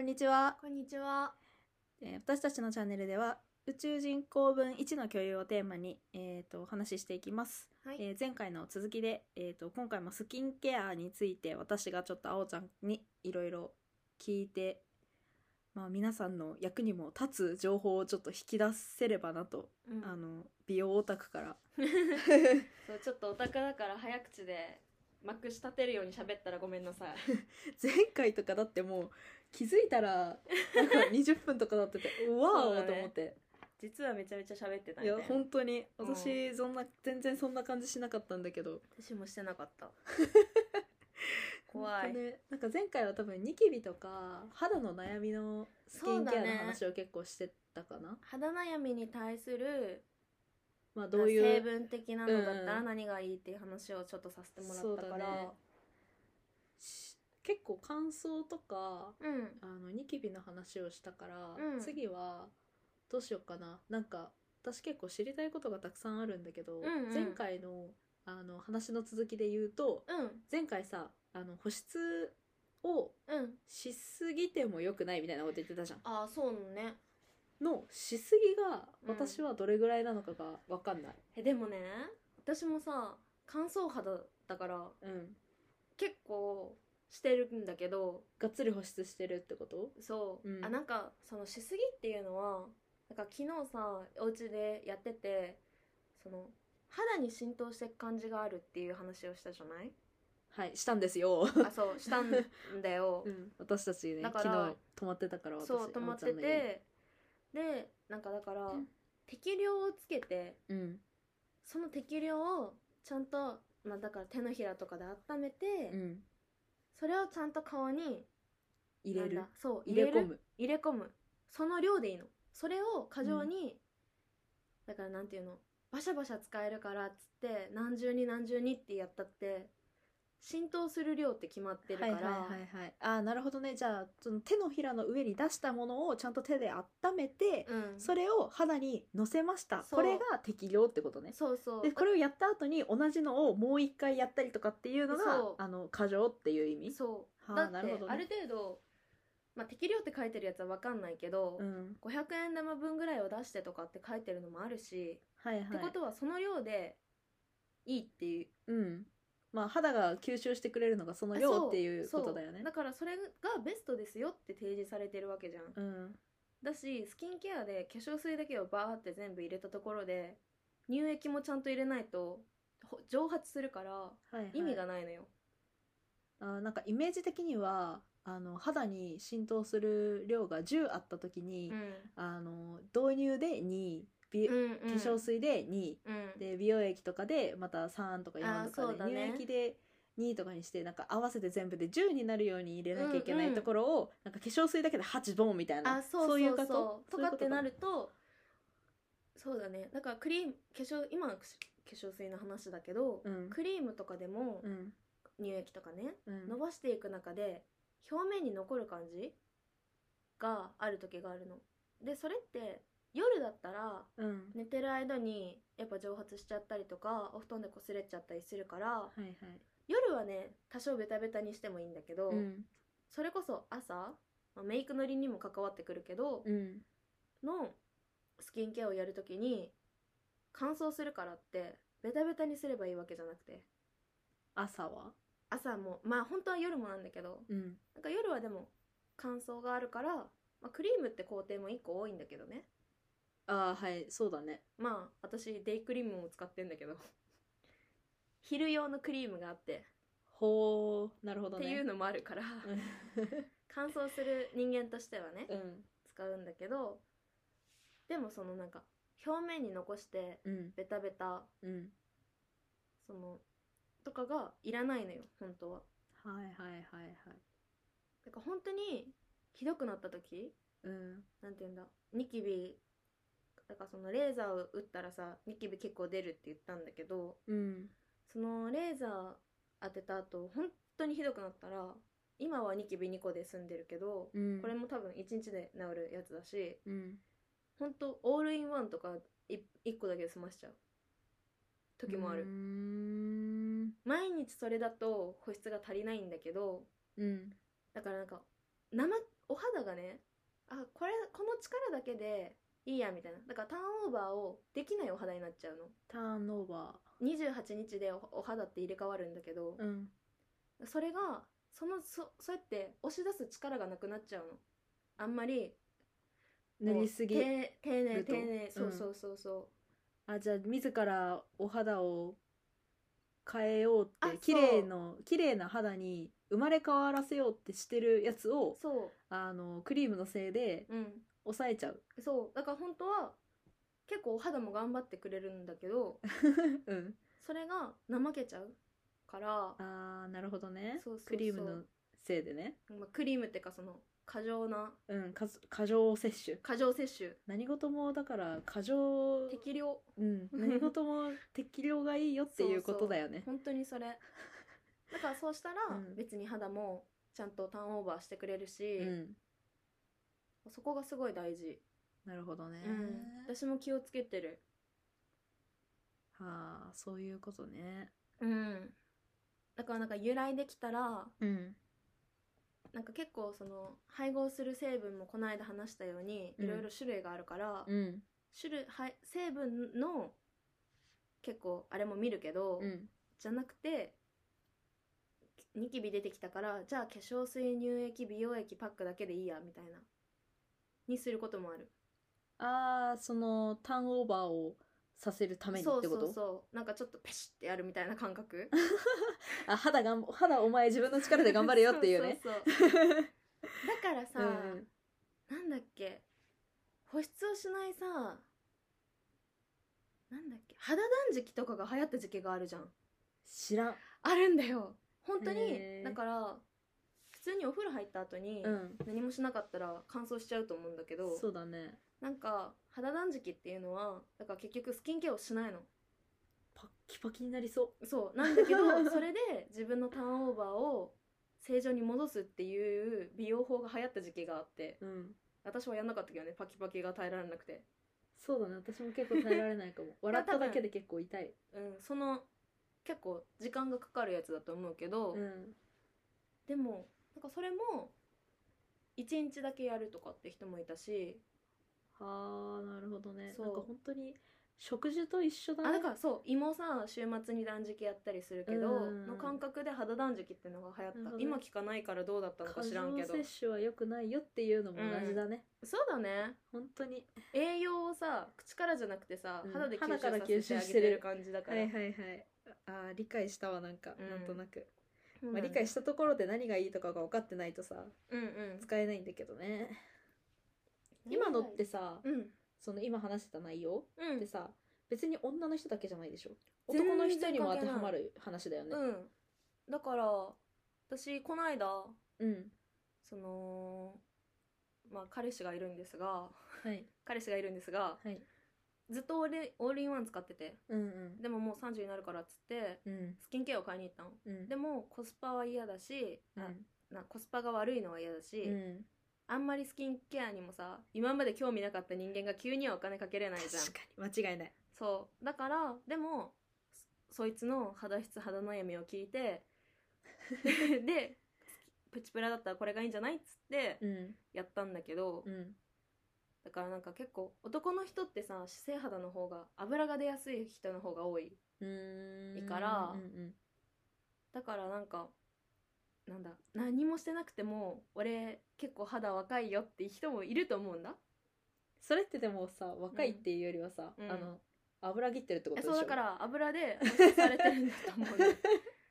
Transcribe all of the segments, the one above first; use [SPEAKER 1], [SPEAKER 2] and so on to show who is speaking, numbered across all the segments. [SPEAKER 1] んにちは、
[SPEAKER 2] こんにちは。
[SPEAKER 1] えー私たちのチャンネルでは宇宙人公文1の共有をテーマに、えー、とお話ししていきます、
[SPEAKER 2] はい。
[SPEAKER 1] えー前回の続きで、えー、と今回もスキンケアについて私がちょっとあおちゃんにいろいろ聞いて、まあ、皆さんの役にも立つ情報をちょっと引き出せればなと、
[SPEAKER 2] うん
[SPEAKER 1] あの美容オタクから
[SPEAKER 2] そうちょっとオタクだから早口でまくし立てるように喋ったらごめんなさい。
[SPEAKER 1] 前回とかだってもう気づいたらなんか20分とかだ っててうわ
[SPEAKER 2] そうだ
[SPEAKER 1] ーと
[SPEAKER 2] ね
[SPEAKER 1] 思って。
[SPEAKER 2] 実はめちゃめちゃ喋ってた
[SPEAKER 1] い
[SPEAKER 2] み
[SPEAKER 1] や
[SPEAKER 2] たいな。
[SPEAKER 1] 本当に
[SPEAKER 2] うん
[SPEAKER 1] 私そんな、全然そんな感じしなかったんだけど
[SPEAKER 2] 私もしてなか った。怖
[SPEAKER 1] 本
[SPEAKER 2] い
[SPEAKER 1] 当。ねなんか前回は多分ニキビとか肌の悩みのスキンケア
[SPEAKER 2] そう
[SPEAKER 1] の
[SPEAKER 2] だね
[SPEAKER 1] 話を結構してたかな、
[SPEAKER 2] 肌悩みに対する
[SPEAKER 1] まあどういう
[SPEAKER 2] 成分的なのだった
[SPEAKER 1] うん
[SPEAKER 2] ら
[SPEAKER 1] うん
[SPEAKER 2] 何がいいっていう話をちょっとさせてもらったから。
[SPEAKER 1] し結構乾燥とか
[SPEAKER 2] うん。
[SPEAKER 1] あのニキビの話をしたから、
[SPEAKER 2] うん
[SPEAKER 1] 次はどうしようかななんか私結構知りたいことがたくさんあるんだけど、
[SPEAKER 2] うんうん
[SPEAKER 1] 前回のあの話の続きで言うと
[SPEAKER 2] うん。
[SPEAKER 1] 前回さあの保湿を
[SPEAKER 2] うん。
[SPEAKER 1] しすぎても良くないみたいなこと言ってたじゃん
[SPEAKER 2] ああそうね。
[SPEAKER 1] のしすぎが
[SPEAKER 2] うん
[SPEAKER 1] 私はどれぐらいなのかが分かんない
[SPEAKER 2] えでもね私もさ乾燥肌だから
[SPEAKER 1] うん
[SPEAKER 2] 結構してるんだけど
[SPEAKER 1] がっつり保湿してるってこと
[SPEAKER 2] そう、
[SPEAKER 1] うん
[SPEAKER 2] あなんかそのしすぎっていうのはなんか昨日さお家でやっててその肌に浸透していく感じがあるっていう話をしたじゃない
[SPEAKER 1] はいしたんですよ、
[SPEAKER 2] あそうしたんだよ、
[SPEAKER 1] うん、私たちね
[SPEAKER 2] だから
[SPEAKER 1] 昨日泊まってたから私
[SPEAKER 2] そう止まって
[SPEAKER 1] あのちゃんの家に
[SPEAKER 2] てでなんかだから、
[SPEAKER 1] うん
[SPEAKER 2] 適量をつけて
[SPEAKER 1] うん
[SPEAKER 2] その適量をちゃんと、まあ、だから手のひらとかで温めて、
[SPEAKER 1] うん
[SPEAKER 2] それをちゃんと顔に
[SPEAKER 1] 入れる
[SPEAKER 2] なんだそう
[SPEAKER 1] 入れ
[SPEAKER 2] る
[SPEAKER 1] 込む
[SPEAKER 2] 入れ込むその量でいいのそれを過剰に、だからなんていうのバシャバシャ使えるからっつって何重に何重にってやったって浸透する量って決まってるか
[SPEAKER 1] はい
[SPEAKER 2] ら、
[SPEAKER 1] はいはいはいああなるほどねじゃあその手のひらの上に出したものをちゃんと手で温めて、
[SPEAKER 2] うん、そ
[SPEAKER 1] それを肌にのせました
[SPEAKER 2] そ
[SPEAKER 1] こ
[SPEAKER 2] う
[SPEAKER 1] れが適量ってことね
[SPEAKER 2] うそう
[SPEAKER 1] でこれをやった後に同じのをもう一回やったりとかっていうのが
[SPEAKER 2] そう
[SPEAKER 1] あの過剰っていう意味
[SPEAKER 2] そう
[SPEAKER 1] はあ
[SPEAKER 2] だって
[SPEAKER 1] な
[SPEAKER 2] あ
[SPEAKER 1] る
[SPEAKER 2] る,、
[SPEAKER 1] ほどね
[SPEAKER 2] 程度、まあ、適量って書いてるやつは分かんないけど、
[SPEAKER 1] ん、
[SPEAKER 2] 500円玉分ぐらいを出してとかって書いてるのもあるし、
[SPEAKER 1] はいはい。
[SPEAKER 2] ってことはその量でいいっていう
[SPEAKER 1] うん。まあ肌が吸収してくれるのがその量っていう
[SPEAKER 2] そ
[SPEAKER 1] ことだよね
[SPEAKER 2] そう。だからそれがベストですよって提示されてるわけじゃん
[SPEAKER 1] うん。
[SPEAKER 2] だしスキンケアで化粧水だけをバーって全部入れたところで乳液もちゃんと入れないとほ蒸発するから
[SPEAKER 1] はい、はい。
[SPEAKER 2] 意味がないのよ、
[SPEAKER 1] あーなんかイメージ的にはあの肌に浸透する量が10あった時に、あの導入で2、美
[SPEAKER 2] うんうん
[SPEAKER 1] 化粧水で2、
[SPEAKER 2] うん
[SPEAKER 1] で美容液とかでまた3とか4と
[SPEAKER 2] あ
[SPEAKER 1] か
[SPEAKER 2] ーそう
[SPEAKER 1] で、
[SPEAKER 2] だね
[SPEAKER 1] 乳液で2とかにしてなんか合わせて全部で10になるように入れなきゃいけな
[SPEAKER 2] うん
[SPEAKER 1] い
[SPEAKER 2] うん
[SPEAKER 1] ところを、なんか化粧水だけで8ボンみたいな
[SPEAKER 2] あそうそうそう
[SPEAKER 1] いうこと
[SPEAKER 2] と
[SPEAKER 1] そうい
[SPEAKER 2] か
[SPEAKER 1] うこ
[SPEAKER 2] ってな
[SPEAKER 1] か
[SPEAKER 2] るとそうだねだからクリーム化粧今はくし化粧水の話だけど、
[SPEAKER 1] うん
[SPEAKER 2] クリームとかでも
[SPEAKER 1] うん
[SPEAKER 2] 乳液とかね、
[SPEAKER 1] うん
[SPEAKER 2] 伸ばしていく中で表面に残る感じがある時があるの。でそれって夜だったら
[SPEAKER 1] うん
[SPEAKER 2] 寝てる間にやっぱ蒸発しちゃったりとかお布団で擦れちゃったりするから
[SPEAKER 1] はいはい
[SPEAKER 2] 夜はね多少ベタベタにしてもいいんだけど、
[SPEAKER 1] うん
[SPEAKER 2] それこそ朝、まあメイクのりにも関わってくるけど、
[SPEAKER 1] うん
[SPEAKER 2] のスキンケアをやる時に乾燥するからってベタベタにすればいいわけじゃなくて
[SPEAKER 1] 朝は
[SPEAKER 2] 朝もまあ本当は夜もなんだけど
[SPEAKER 1] うん
[SPEAKER 2] なんか夜はでも乾燥があるから、まあ、クリームって工程も1個多いんだけどね
[SPEAKER 1] ああはいそうだね
[SPEAKER 2] まあ私デイクリームも使ってんだけど 昼用のクリームがあって
[SPEAKER 1] ほうなるほど
[SPEAKER 2] って
[SPEAKER 1] ね
[SPEAKER 2] いうのもあるから乾燥する人間としてはね
[SPEAKER 1] うん
[SPEAKER 2] 使うんだけどでもそのなんか表面に残して
[SPEAKER 1] うん
[SPEAKER 2] ベタベタ
[SPEAKER 1] うん
[SPEAKER 2] そのとかがいらないのよ本当は
[SPEAKER 1] はいはいはいはい
[SPEAKER 2] だから本当にひどくなった時
[SPEAKER 1] うん
[SPEAKER 2] なんて言うんだニキビだからそのレーザーを打ったらさニキビ結構出るって言ったんだけど
[SPEAKER 1] うん
[SPEAKER 2] そのレーザー当てた後本当にひどくなったら今はニキビ2個で済んでるけど、
[SPEAKER 1] うん
[SPEAKER 2] これも多分1日で治るやつだし
[SPEAKER 1] うん
[SPEAKER 2] 本当オールインワンとか 1, 個だけで済ましちゃう時もある、
[SPEAKER 1] うーん
[SPEAKER 2] 毎日それだと保湿が足りないんだけど
[SPEAKER 1] うん
[SPEAKER 2] だからなんか生お肌がねあこれこの力だけでいいやみたいなだからターンオーバーをできないお肌になっちゃうの
[SPEAKER 1] ターンオーバ
[SPEAKER 2] 28日でおお肌って入れ替わるんだけど
[SPEAKER 1] ー、うん
[SPEAKER 2] それがそのそそうやって押し出す力がなくなっちゃうのあんまり
[SPEAKER 1] 塗りすぎ
[SPEAKER 2] もうて丁寧
[SPEAKER 1] ると
[SPEAKER 2] 丁寧そううんそうそうそう、
[SPEAKER 1] あじゃあ自らお肌を変えよう
[SPEAKER 2] あ
[SPEAKER 1] っ
[SPEAKER 2] そう
[SPEAKER 1] て綺麗の綺麗な肌に生まれ変わらせようってしてるやつを
[SPEAKER 2] そ
[SPEAKER 1] あのクリームのせいで
[SPEAKER 2] ううん
[SPEAKER 1] 抑えちゃう
[SPEAKER 2] そうだから本当は結構お肌も頑張ってくれるんだ けど
[SPEAKER 1] うん
[SPEAKER 2] それが怠けちゃうから
[SPEAKER 1] あーなるほどね
[SPEAKER 2] そうそうそう
[SPEAKER 1] クリームのせいでね
[SPEAKER 2] まあクリームっていうかその過剰な
[SPEAKER 1] うんか過剰摂取
[SPEAKER 2] 過剰摂取
[SPEAKER 1] 何事もだから過剰
[SPEAKER 2] 適量
[SPEAKER 1] うん何事も適量がいいよっていうことだよね
[SPEAKER 2] 本当に それだからそうしたら
[SPEAKER 1] うん
[SPEAKER 2] 別に肌もちゃんとターンオーバーしてくれる
[SPEAKER 1] う
[SPEAKER 2] し、
[SPEAKER 1] ん
[SPEAKER 2] そこがすごい大事、
[SPEAKER 1] なるほどね、
[SPEAKER 2] 私も気をつけてる
[SPEAKER 1] はあそういうことね
[SPEAKER 2] うんだからなんか由来できたら
[SPEAKER 1] うん
[SPEAKER 2] なんか結構その配合する成分もこの間話したように
[SPEAKER 1] うん
[SPEAKER 2] いろいろ種類があるから、
[SPEAKER 1] うん
[SPEAKER 2] 種類はい成分の結構あれも見るけど、
[SPEAKER 1] うん
[SPEAKER 2] じゃなくてニキビ出てきたからじゃあ化粧水乳液美容液パックだけでいいやみたいなにすることもある
[SPEAKER 1] ああそのターンオーバーをさせるためにってこと
[SPEAKER 2] そうそうそうなんかちょっとペシッてやるみたいな感覚
[SPEAKER 1] あ肌がん肌お前自分の力で頑張れよっていうね
[SPEAKER 2] そうそうそうだからさ、
[SPEAKER 1] うん
[SPEAKER 2] なんだっけ保湿をしないさなんだっけ肌断食とかが流行った時期があるじゃん
[SPEAKER 1] 知らん
[SPEAKER 2] あるんだよ本当
[SPEAKER 1] へ
[SPEAKER 2] に
[SPEAKER 1] ー
[SPEAKER 2] だから普通にお風呂入った後に、
[SPEAKER 1] うん
[SPEAKER 2] 何もしなかったら乾燥しちゃうと思うんだけど
[SPEAKER 1] そうだね
[SPEAKER 2] なんか肌断食っていうのはだから結局スキンケアをしないの
[SPEAKER 1] パッキパキになりそ
[SPEAKER 2] そうな んだけどそれで自分のターンオーバーを正常に戻すっていう美容法が流行った時期があって
[SPEAKER 1] ううん
[SPEAKER 2] 私はやんなかったけどねパキパキが耐えられなくて
[SPEAKER 1] そうだね私も結構耐えられ ないかも笑っただけで結構痛い
[SPEAKER 2] うんその結構時間がかかるやつだと思うけど、
[SPEAKER 1] うん
[SPEAKER 2] でもなんかそれも1日だけやるとかって人もいたし
[SPEAKER 1] ああなるほどね
[SPEAKER 2] そ
[SPEAKER 1] な
[SPEAKER 2] うん
[SPEAKER 1] か本当に食事と一緒だね
[SPEAKER 2] あだからそう胃もさ週末に断食やったりするけど
[SPEAKER 1] うん
[SPEAKER 2] の感覚で肌断食ってのが流
[SPEAKER 1] なる
[SPEAKER 2] 行っ
[SPEAKER 1] ほ
[SPEAKER 2] た
[SPEAKER 1] ど
[SPEAKER 2] 今聞かないからどうだったのか
[SPEAKER 1] 過
[SPEAKER 2] 知らん
[SPEAKER 1] 剰
[SPEAKER 2] けど
[SPEAKER 1] 摂取は良くないよっていうのも同じだね、
[SPEAKER 2] そうだね
[SPEAKER 1] 本当に
[SPEAKER 2] 栄養をさ口からじゃなくてさ
[SPEAKER 1] うん
[SPEAKER 2] 肌で吸
[SPEAKER 1] 肌
[SPEAKER 2] 収
[SPEAKER 1] から
[SPEAKER 2] させてあ
[SPEAKER 1] 吸収
[SPEAKER 2] げ
[SPEAKER 1] しててる
[SPEAKER 2] る感じだから、
[SPEAKER 1] はいはいああー理解したわなんか、
[SPEAKER 2] うん
[SPEAKER 1] なんとなく、
[SPEAKER 2] そう
[SPEAKER 1] まあ、
[SPEAKER 2] なんだ
[SPEAKER 1] 理解したところで何がいいとかが分かってないとさ
[SPEAKER 2] うんうん
[SPEAKER 1] 使えないんだけどね今のってさ、
[SPEAKER 2] うん
[SPEAKER 1] その今話してた内容
[SPEAKER 2] うん
[SPEAKER 1] ってさ別に女の人だけじゃないでしょ
[SPEAKER 2] 全然
[SPEAKER 1] 男の人にも当てはまる話だよね
[SPEAKER 2] うんだから私この間
[SPEAKER 1] うん、
[SPEAKER 2] そのまあ彼氏がいるんですが
[SPEAKER 1] はい
[SPEAKER 2] 彼氏がいるんですが
[SPEAKER 1] はい
[SPEAKER 2] ずっとオールオールインワン使ってて
[SPEAKER 1] うんうん
[SPEAKER 2] でももう30になるからっつって
[SPEAKER 1] うん
[SPEAKER 2] スキンケアを買いに行ったの
[SPEAKER 1] うん
[SPEAKER 2] でもコスパは嫌だし、
[SPEAKER 1] うん
[SPEAKER 2] あなコスパが悪いのは嫌だし、
[SPEAKER 1] うん
[SPEAKER 2] あんまりスキンケアにもさ今まで興味なかった人間が急にはお金かけれないじゃん
[SPEAKER 1] 確かに間違いない
[SPEAKER 2] そうだからでもそそいつの肌質肌悩みを聞 いてでプチプラだったらこれがいいんじゃないっつって
[SPEAKER 1] うん
[SPEAKER 2] やったんだけど、
[SPEAKER 1] うん
[SPEAKER 2] だからなんか結構男の人ってさ姿勢肌の方が油が出やすい人の方が多いう
[SPEAKER 1] ーん
[SPEAKER 2] いいから
[SPEAKER 1] うんうん
[SPEAKER 2] だからなんかなんだ何もしてなくても俺結構肌若いよって人もいると思うんだ
[SPEAKER 1] それってでもさ若いっていうよりはさ、
[SPEAKER 2] うん
[SPEAKER 1] あの油切ってるってこと
[SPEAKER 2] え
[SPEAKER 1] でしょ
[SPEAKER 2] そうだから油で保湿されてるんだと 思うんだ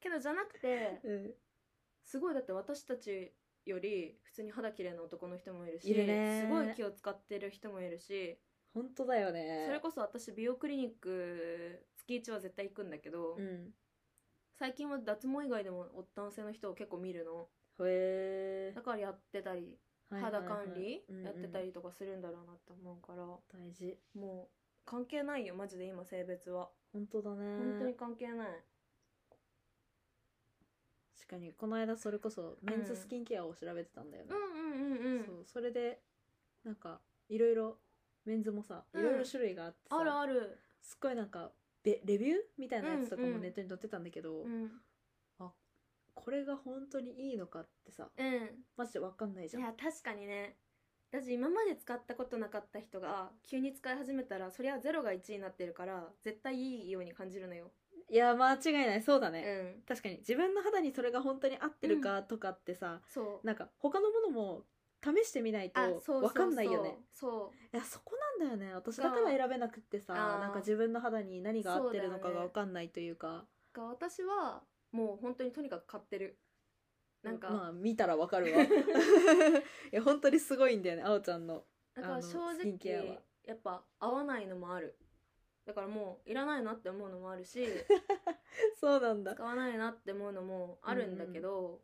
[SPEAKER 2] けどじゃなくて
[SPEAKER 1] うん
[SPEAKER 2] すごいだって私たちより普通に肌綺麗な男の人もいるし
[SPEAKER 1] いるね
[SPEAKER 2] すごい気を使ってる人もいるし
[SPEAKER 1] 本当だよね
[SPEAKER 2] それこそ私美容クリニック月1は絶対行くんだけど、
[SPEAKER 1] うん
[SPEAKER 2] 最近は脱毛以外でも男性の人を結構見るの
[SPEAKER 1] へえ
[SPEAKER 2] だからやってたり肌管理やってた
[SPEAKER 1] り
[SPEAKER 2] りとかするんだろうなって思うから、
[SPEAKER 1] 大事
[SPEAKER 2] もう関係ないよマジで今性別は
[SPEAKER 1] 本当だね
[SPEAKER 2] 本当に関係ない
[SPEAKER 1] 確かにこの間それこそメンズスキンケアを調べてたんだよね、
[SPEAKER 2] うんうんうんうん
[SPEAKER 1] そうそれでなんかいろいろメンズもさ
[SPEAKER 2] うん
[SPEAKER 1] いろいろ種類があってさ、
[SPEAKER 2] あるある
[SPEAKER 1] すっごいなんかべレビューみたいなやつとか
[SPEAKER 2] うんう
[SPEAKER 1] も
[SPEAKER 2] ん
[SPEAKER 1] ネットに載ってたんだけど、
[SPEAKER 2] うん
[SPEAKER 1] あこれが本当にいいのかってさ
[SPEAKER 2] うん
[SPEAKER 1] マジで分かんないじゃ
[SPEAKER 2] い
[SPEAKER 1] ん
[SPEAKER 2] や確かにねだし今まで使ったことなかった人が急に使い始めたらそりゃゼロが1になってるから絶対いいように感じるのよ、
[SPEAKER 1] いや間違いないそうだ
[SPEAKER 2] う
[SPEAKER 1] ね、
[SPEAKER 2] ん
[SPEAKER 1] 確かに自分の肌にそれが本当に合ってるかとかってさ、
[SPEAKER 2] そう
[SPEAKER 1] なんか他のものも試してみないと
[SPEAKER 2] あそうそうそう
[SPEAKER 1] 分かんないよね
[SPEAKER 2] そう
[SPEAKER 1] いやそこなんだよね私だから選べなくってさ
[SPEAKER 2] あー
[SPEAKER 1] なんか自分の肌に何が合ってるのか
[SPEAKER 2] そうだ
[SPEAKER 1] が
[SPEAKER 2] よね
[SPEAKER 1] 分かんないというか
[SPEAKER 2] が私はもう本当にとにかく買ってるなんか、
[SPEAKER 1] まあ見たらわか るわ いや本当にすごいんだよねあおちゃんの
[SPEAKER 2] だから正
[SPEAKER 1] あのスキンケアは
[SPEAKER 2] 直やっぱ合わないのもあるだからもういらないなって思うのもあるし
[SPEAKER 1] そうなんだ
[SPEAKER 2] 使わないなって思うのもあるんだけど、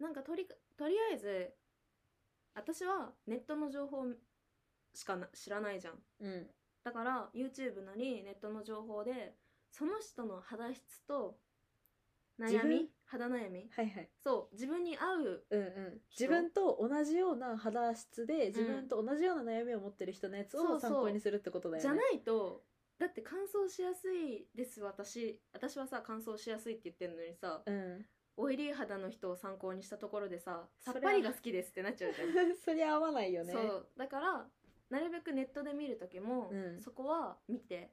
[SPEAKER 2] なんかとりとりあえず私はネットの情報しかな知らないじゃん
[SPEAKER 1] うん
[SPEAKER 2] だから YouTube なりネットの情報でその人の肌質と
[SPEAKER 1] 自
[SPEAKER 2] 悩み
[SPEAKER 1] 分
[SPEAKER 2] 肌悩み
[SPEAKER 1] はいはい
[SPEAKER 2] そう自分に合う
[SPEAKER 1] うんうん自分と同じような肌質で自分と同じような悩みを持ってる人のやつ
[SPEAKER 2] そうそ
[SPEAKER 1] を
[SPEAKER 2] う
[SPEAKER 1] 参考にするってことだよね
[SPEAKER 2] じゃないとだって乾燥しやすいです私私はさ乾燥しやすいって言ってるのにさ
[SPEAKER 1] うん、
[SPEAKER 2] オイリー肌の人を参考にしたところでさ
[SPEAKER 1] そ
[SPEAKER 2] さ
[SPEAKER 1] れは
[SPEAKER 2] っぱりが好きですってなっちゃうじゃん
[SPEAKER 1] そりゃ合わないよね
[SPEAKER 2] そうだからなるべくネットで見る時も、
[SPEAKER 1] うん
[SPEAKER 2] そこは見て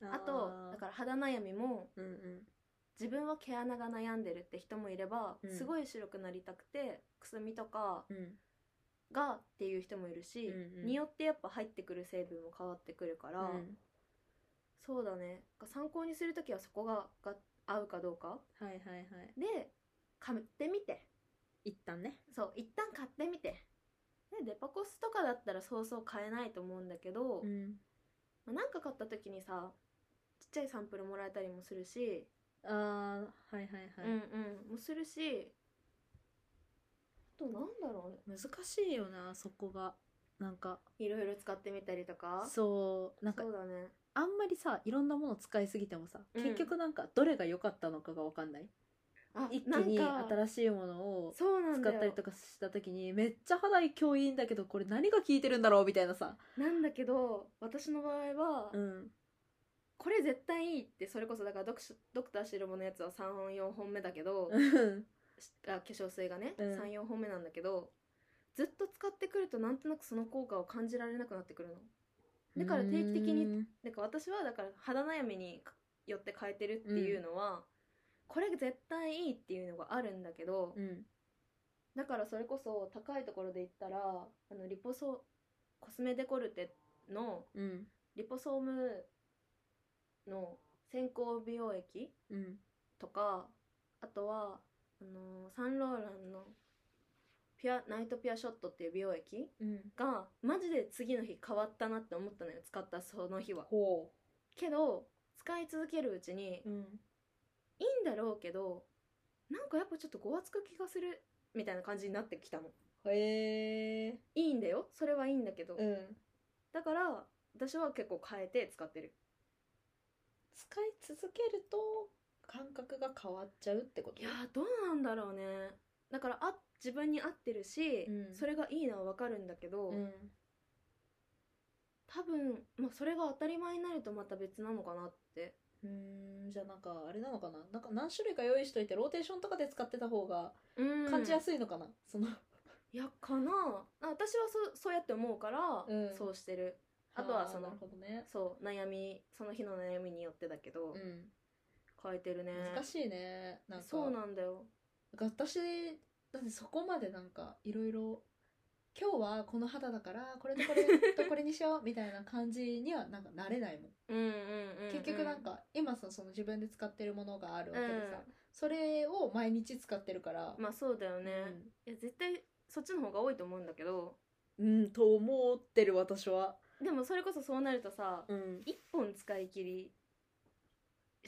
[SPEAKER 1] あー
[SPEAKER 2] あとだから肌悩みも
[SPEAKER 1] うんうん
[SPEAKER 2] 自分は毛穴が悩んでるって人もいれば、
[SPEAKER 1] うん
[SPEAKER 2] すごい白くなりたくてくすみとか
[SPEAKER 1] うん
[SPEAKER 2] がっていう人もいるし、
[SPEAKER 1] うんうん
[SPEAKER 2] によってやっぱ入ってくる成分も変わってくるから、
[SPEAKER 1] うん
[SPEAKER 2] そうだね参考にする時はそこがが合うかどうか
[SPEAKER 1] はいはいはい
[SPEAKER 2] で買ってみて
[SPEAKER 1] 一旦ね
[SPEAKER 2] そう一旦買ってみてでデパコスとかだったらそうそう買えないと思うんだけど、
[SPEAKER 1] ん
[SPEAKER 2] まあなんか買った時にさちっちゃいサンプルもらえたりもするし、
[SPEAKER 1] あーはいはいはい、
[SPEAKER 2] うんうんもするしあとなんだろうね
[SPEAKER 1] 難しいよなそこがなんか
[SPEAKER 2] いろいろ使ってみたりとか
[SPEAKER 1] そうなんか
[SPEAKER 2] そうだね
[SPEAKER 1] あんまりさいろんなもの使いすぎてもさ、
[SPEAKER 2] うん
[SPEAKER 1] 結局なんかどれが良かったのかが分かんない
[SPEAKER 2] あ
[SPEAKER 1] 一気に
[SPEAKER 2] なんか
[SPEAKER 1] 新しいものを
[SPEAKER 2] そうなん
[SPEAKER 1] 使
[SPEAKER 2] だ
[SPEAKER 1] ったり
[SPEAKER 2] よ
[SPEAKER 1] とかした時にめっちゃ肌今日いいんだけどこれ何が効いてるんだろうみたいなさ、
[SPEAKER 2] なんだけど私の場合は、
[SPEAKER 1] うん、
[SPEAKER 2] これ絶対いいってそれこそだからドクシドクターシルボのやつは34本目だけどしあ化粧水がね、
[SPEAKER 1] うん
[SPEAKER 2] 34本目なんだけどずっと使ってくるとなんとなくその効果を感じられなくなってくるの だから定期的に
[SPEAKER 1] うん
[SPEAKER 2] だから私はだから肌悩みによって変えてるっていうのは、これ絶対いいっていうのがあるんだけど、
[SPEAKER 1] うん
[SPEAKER 2] だからそれこそ高いところで言ったらあのリポソコスメデコルテの
[SPEAKER 1] うん
[SPEAKER 2] リポソームの先行美容液
[SPEAKER 1] うん
[SPEAKER 2] とかあとはあのーサンローランのピュアナイトピュアショットっていう美容液
[SPEAKER 1] うん
[SPEAKER 2] がマジで次の日変わったなって思ったのよ使ったその日は
[SPEAKER 1] ほ
[SPEAKER 2] けど使い続けるうちに
[SPEAKER 1] う、うん、
[SPEAKER 2] いいんだろうけどなんかやっぱちょっとごわつく気がするみたいな感じになってきたの
[SPEAKER 1] へえ
[SPEAKER 2] いいんだよそれはいいんだけど、
[SPEAKER 1] うん
[SPEAKER 2] だから私は結構変えて使ってる
[SPEAKER 1] 使い続けると感覚が変わっちゃうってこと
[SPEAKER 2] いやーどうなんだろうねだからあ自分に合ってるし、
[SPEAKER 1] うん
[SPEAKER 2] それがいいのはわかるんだけど、
[SPEAKER 1] うん
[SPEAKER 2] 多分、まあ、それが当たり前になるとまた別なのかなって
[SPEAKER 1] うーんじゃあなんかあれなのかななんか何種類か用意しといてローテーションとかで使ってた方が感じや
[SPEAKER 2] い
[SPEAKER 1] すいのかな、その
[SPEAKER 2] いやかなあ私はそそうやって思うから、
[SPEAKER 1] うん
[SPEAKER 2] そうしてる あとはその
[SPEAKER 1] なるほどね、
[SPEAKER 2] そう悩みその日の悩みによってだけど、
[SPEAKER 1] う
[SPEAKER 2] 変えてるね
[SPEAKER 1] ん、難しいねなんか
[SPEAKER 2] そうなんだよ
[SPEAKER 1] なんか私だってそこまでなんかいろいろ今日はこの肌だからこれとこれとこれにしようみたいな感じにはなんかなれないもん
[SPEAKER 2] うんうんうん、
[SPEAKER 1] 結局なんか今さその自分で使ってるものがあるわけでさ、それを毎日使ってるから
[SPEAKER 2] うんまあそうだよね、いや絶対そっちの方が多いと思うんだけど
[SPEAKER 1] うん、うんと思ってる私は
[SPEAKER 2] でもそれこそそうなるとさ、
[SPEAKER 1] うん
[SPEAKER 2] 一本使い切り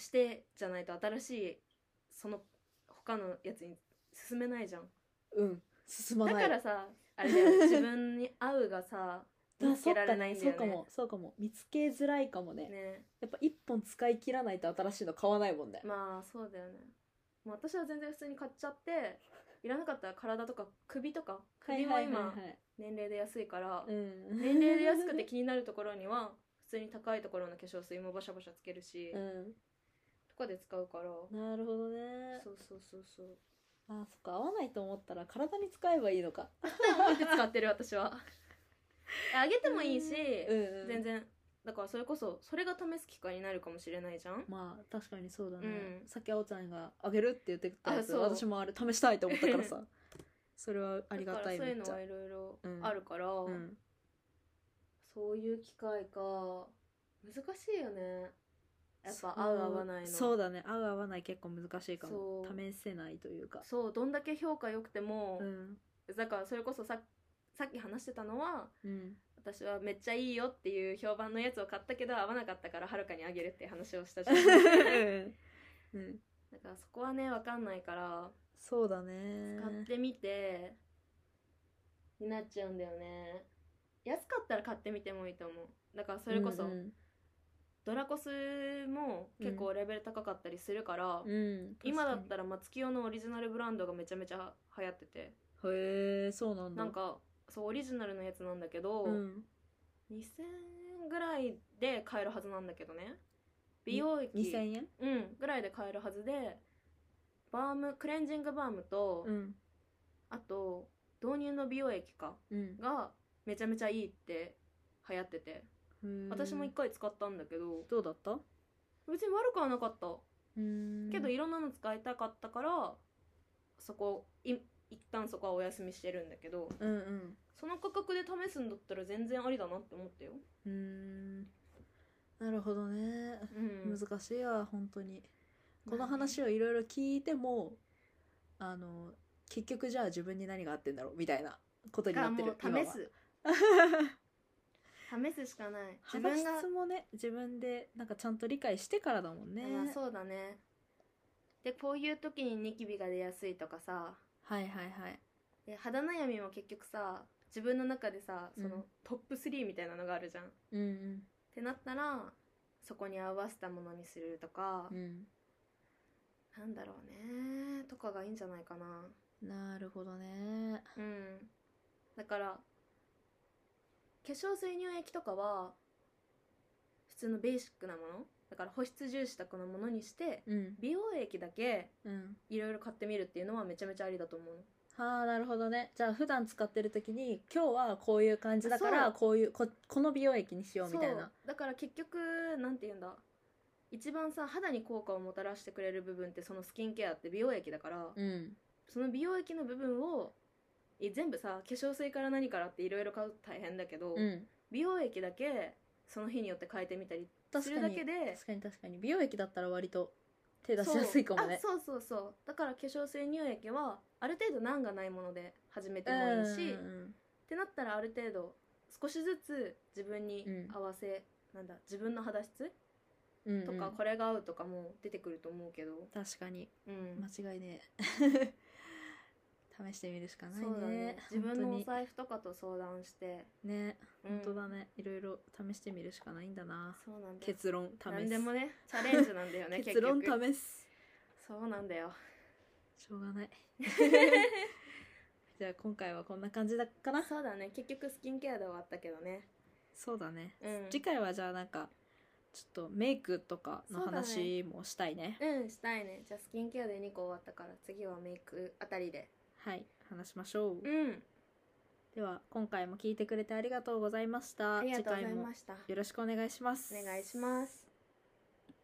[SPEAKER 2] してじゃないと新しいその他のやつに進めないじゃん
[SPEAKER 1] うん進ま
[SPEAKER 2] だ
[SPEAKER 1] ない
[SPEAKER 2] からさあれだ よ自分に合うがさ見つけられないんだよ
[SPEAKER 1] そうか
[SPEAKER 2] ね
[SPEAKER 1] もそうかも見つけづらいかもね
[SPEAKER 2] ね
[SPEAKER 1] やっぱ一本使い切らないと新しいの買わないもんね、
[SPEAKER 2] まあそうだよねもう私は全然普通に買っちゃっていらなかったら体とか首とか首も今年齢で安いから
[SPEAKER 1] うん、
[SPEAKER 2] 年齢で安くて気になるところには普通に高いところの化粧水もバシャバシャつける し
[SPEAKER 1] う
[SPEAKER 2] とかで使うから
[SPEAKER 1] んなるほどね
[SPEAKER 2] そうそうそうそう
[SPEAKER 1] あそっか合わないと思ったら体に使えばいいのか
[SPEAKER 2] 思って使ってる私 はあげてもいいし、
[SPEAKER 1] うんうん
[SPEAKER 2] 全然だからそれこそそれが試す機会になるかもしれないじゃん
[SPEAKER 1] まあ確かにそうだね、
[SPEAKER 2] うん
[SPEAKER 1] さっきあおちゃんがあげるって言ってたやつ
[SPEAKER 2] あそう
[SPEAKER 1] 私もあれ試したいと思ったから さそれはありがたい
[SPEAKER 2] だ
[SPEAKER 1] め
[SPEAKER 2] からそういう
[SPEAKER 1] っ
[SPEAKER 2] の
[SPEAKER 1] ちゃ
[SPEAKER 2] はいろいろ
[SPEAKER 1] うん
[SPEAKER 2] あるから、
[SPEAKER 1] うん
[SPEAKER 2] そういう機会か難しいよねやっぱ合う合わないの
[SPEAKER 1] そうだね合う合わない結構難しいかも
[SPEAKER 2] そう
[SPEAKER 1] 試せないというか
[SPEAKER 2] そうどんだけ評価良くても、
[SPEAKER 1] うん
[SPEAKER 2] だからそれこそささっき話してたのは
[SPEAKER 1] うん
[SPEAKER 2] 私はめっちゃいいよっていう評判のやつを買ったけど合わなかったからはるかにあげるって話を したじゃん
[SPEAKER 1] うん
[SPEAKER 2] だからそこはね分かんないから
[SPEAKER 1] そうだね
[SPEAKER 2] 買ってみてになっちゃうんだよね安かったら買ってみてもいいと思うだからそれこそ、
[SPEAKER 1] うん
[SPEAKER 2] ドラコスも結構レベル高かったりするから、
[SPEAKER 1] うん、うん
[SPEAKER 2] 今だった
[SPEAKER 1] ら
[SPEAKER 2] ら松清のオリジナルブランドがめちゃめちゃ流行ってて、
[SPEAKER 1] へえそうなんだ
[SPEAKER 2] なんかそうオリジナルのやつなんだけど、
[SPEAKER 1] うん、
[SPEAKER 2] 2000円ぐらいで買えるはずなんだけどね美容液
[SPEAKER 1] 2000円
[SPEAKER 2] うん、ぐらいで買えるはずでバームクレンジングバームと、
[SPEAKER 1] ん
[SPEAKER 2] あと導入の美容液か
[SPEAKER 1] うん
[SPEAKER 2] がめちゃめちゃいいって流行ってて私も一回使ったんだけど
[SPEAKER 1] どうだった
[SPEAKER 2] 別に悪くはなかった
[SPEAKER 1] うん
[SPEAKER 2] けどいろんなの使いたかったからそこい一旦そこはお休みしてるんだけど
[SPEAKER 1] うんうん
[SPEAKER 2] その価格で試すんだったら全然ありだなって思ったよ、
[SPEAKER 1] うーんなるほどね、
[SPEAKER 2] うん、
[SPEAKER 1] 難しいわ本当にこの話
[SPEAKER 2] を
[SPEAKER 1] をいろいろ聞いてもあの結局じゃあ自分に何が合ってんだろうみたいなことになって
[SPEAKER 2] も
[SPEAKER 1] る
[SPEAKER 2] う 試す試すしかない自
[SPEAKER 1] 今は話
[SPEAKER 2] 分
[SPEAKER 1] し
[SPEAKER 2] が
[SPEAKER 1] つもね自分でなんかちゃんと理解してからだもんね
[SPEAKER 2] まあそうだねでこういう時にニキビが出やすいとかさ
[SPEAKER 1] はいはいはい
[SPEAKER 2] で肌悩みも結局さ自分の中でさその、
[SPEAKER 1] うん
[SPEAKER 2] トップ3みたいなのがあるじゃんっ
[SPEAKER 1] うん
[SPEAKER 2] てなったらそこに合わせたものにするとか
[SPEAKER 1] うん、うん
[SPEAKER 2] なんだろうねとかがいいんじゃないかな
[SPEAKER 1] なるほどね
[SPEAKER 2] うんだから化粧水乳液とかは普通のベーシックなものだから保湿重視宅のものにして
[SPEAKER 1] うん
[SPEAKER 2] 美容液だけ
[SPEAKER 1] うん
[SPEAKER 2] いろいろ買ってみるっていうのはめちゃめちゃありだと思う
[SPEAKER 1] はあなるほどねじゃあ普段使ってる時に今日はこういう感じだから
[SPEAKER 2] そう
[SPEAKER 1] こういうここの美容液にしようみたい
[SPEAKER 2] そう
[SPEAKER 1] な
[SPEAKER 2] だから結局なんて言うんだ一番さ肌に効果をもたらしてくれる部分ってそのスキンケアって美容液だから、
[SPEAKER 1] うん
[SPEAKER 2] その美容液の部分をえ全部さ化粧水から何からっていろいろ買うと大変だけど、
[SPEAKER 1] うん
[SPEAKER 2] 美容液だけその日によって変えてみたりす
[SPEAKER 1] 確
[SPEAKER 2] る
[SPEAKER 1] か
[SPEAKER 2] だ
[SPEAKER 1] に
[SPEAKER 2] けで
[SPEAKER 1] 確かに確かに美容液だったら割と手出しやすいかもね
[SPEAKER 2] そうあそうそうそうだから化粧水乳液はある程度難がないもので始めて
[SPEAKER 1] う
[SPEAKER 2] も
[SPEAKER 1] ん
[SPEAKER 2] いい
[SPEAKER 1] うん
[SPEAKER 2] し、ってなったらある程度少しずつ自分に合わせ、なんだ自分の肌質
[SPEAKER 1] うんうん
[SPEAKER 2] とか、これが合うとかも出てくると思うけど、
[SPEAKER 1] 確かに
[SPEAKER 2] うん
[SPEAKER 1] 間違いねえ 試してみるしかないね
[SPEAKER 2] そうだね自分のお財布とかと相談して、
[SPEAKER 1] 布ね
[SPEAKER 2] うん
[SPEAKER 1] 本当だね、いろいろ試してみるしかないんだな
[SPEAKER 2] そうなんだよ
[SPEAKER 1] 結論試す
[SPEAKER 2] 何でもねチャレンジなん だよね
[SPEAKER 1] 結論
[SPEAKER 2] 結局
[SPEAKER 1] 試す
[SPEAKER 2] そうなんだよ
[SPEAKER 1] しょうが ないじゃあ今回はこんな感じだかな
[SPEAKER 2] そうだね結局スキンケアで終わったけどね
[SPEAKER 1] そうだね、
[SPEAKER 2] うん
[SPEAKER 1] 次回はじゃあなんかちょっとメイクとかの
[SPEAKER 2] そうだね
[SPEAKER 1] 話もしたいね
[SPEAKER 2] うんしたいねじゃあスキンケアで2個終わったから次はメイクあたりで
[SPEAKER 1] はい話しましょう、
[SPEAKER 2] うん
[SPEAKER 1] では今回も聞いてくれてありがとうございました
[SPEAKER 2] ありがとうござい
[SPEAKER 1] 次回も
[SPEAKER 2] ました
[SPEAKER 1] よろしくお願いします
[SPEAKER 2] お願いします